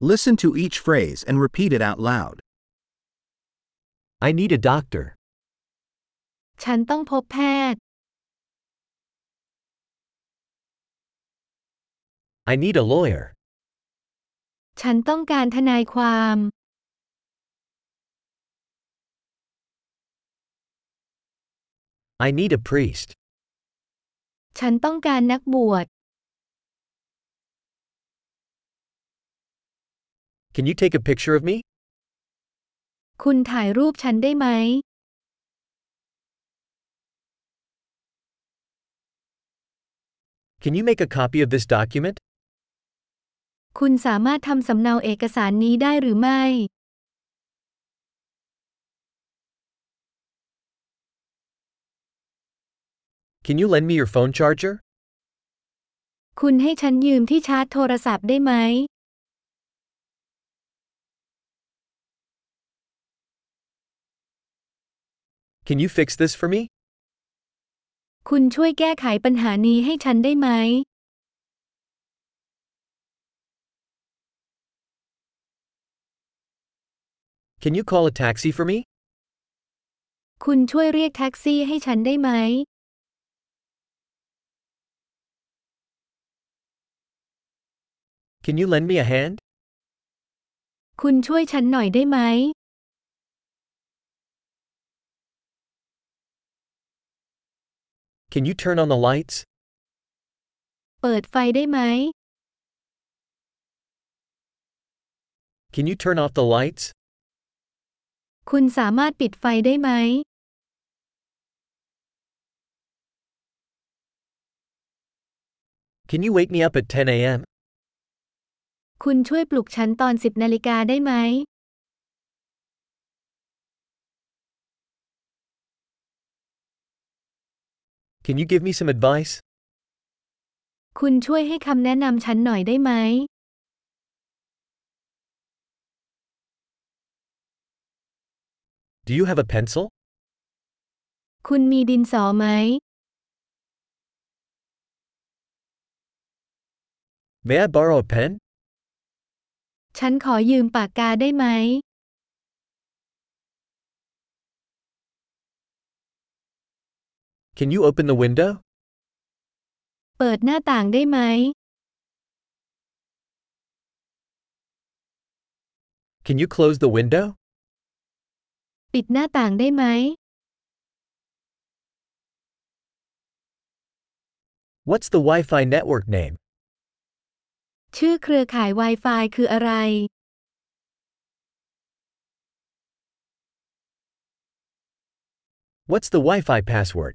Listen to each phrase and repeat it out loud. I need a doctor. ฉันต้องพบแพทย์ I need a lawyer. ฉันต้องการทนายความ I need a priest. ฉันต้องการนักบวช Can you take a picture of me? คุณถ่ายรูปฉันได้ไหม Can you make a copy of this document? คุณสามารถทำสำเนาเอกสารนี้ได้หรือไม่ Can you lend me your phone charger? คุณให้ฉันยืมที่ชาร์จโทรศัพท์ได้ไหม Can you fix this for me? คุณช่วยแก้ไขปัญหานี้ให้ฉันได้ไหม Can you call a taxi for me? คุณช่วยเรียกแท็กซี่ให้ฉันได้ไหม Can you lend me a hand? คุณช่วยฉันหน่อยได้ไหม Can you turn on the lights? เปิดไฟได้ไหม Can you turn off the lights? คุณสามารถปิดไฟได้ไหม Can you wake me up at 10 a.m.? คุณช่วยปลุกฉันตอน 10นาฬิกาได้ไหม Can you give me some advice? คุณช่วยให้คำแนะนำฉันหน่อยได้ไหม Do you have a pencil? คุณมีดินสอไหม May I borrow a pen? ฉันขอยืมปากกาได้ไหม Can you open the window? เปิดหน้าต่างได้ไหม Can you close the window? ปิดหน้าต่างได้ไหม What's the Wi Fi network name? ชื่อเครือข่าย Wi-Fi คืออะไร What's the Wi Fi password?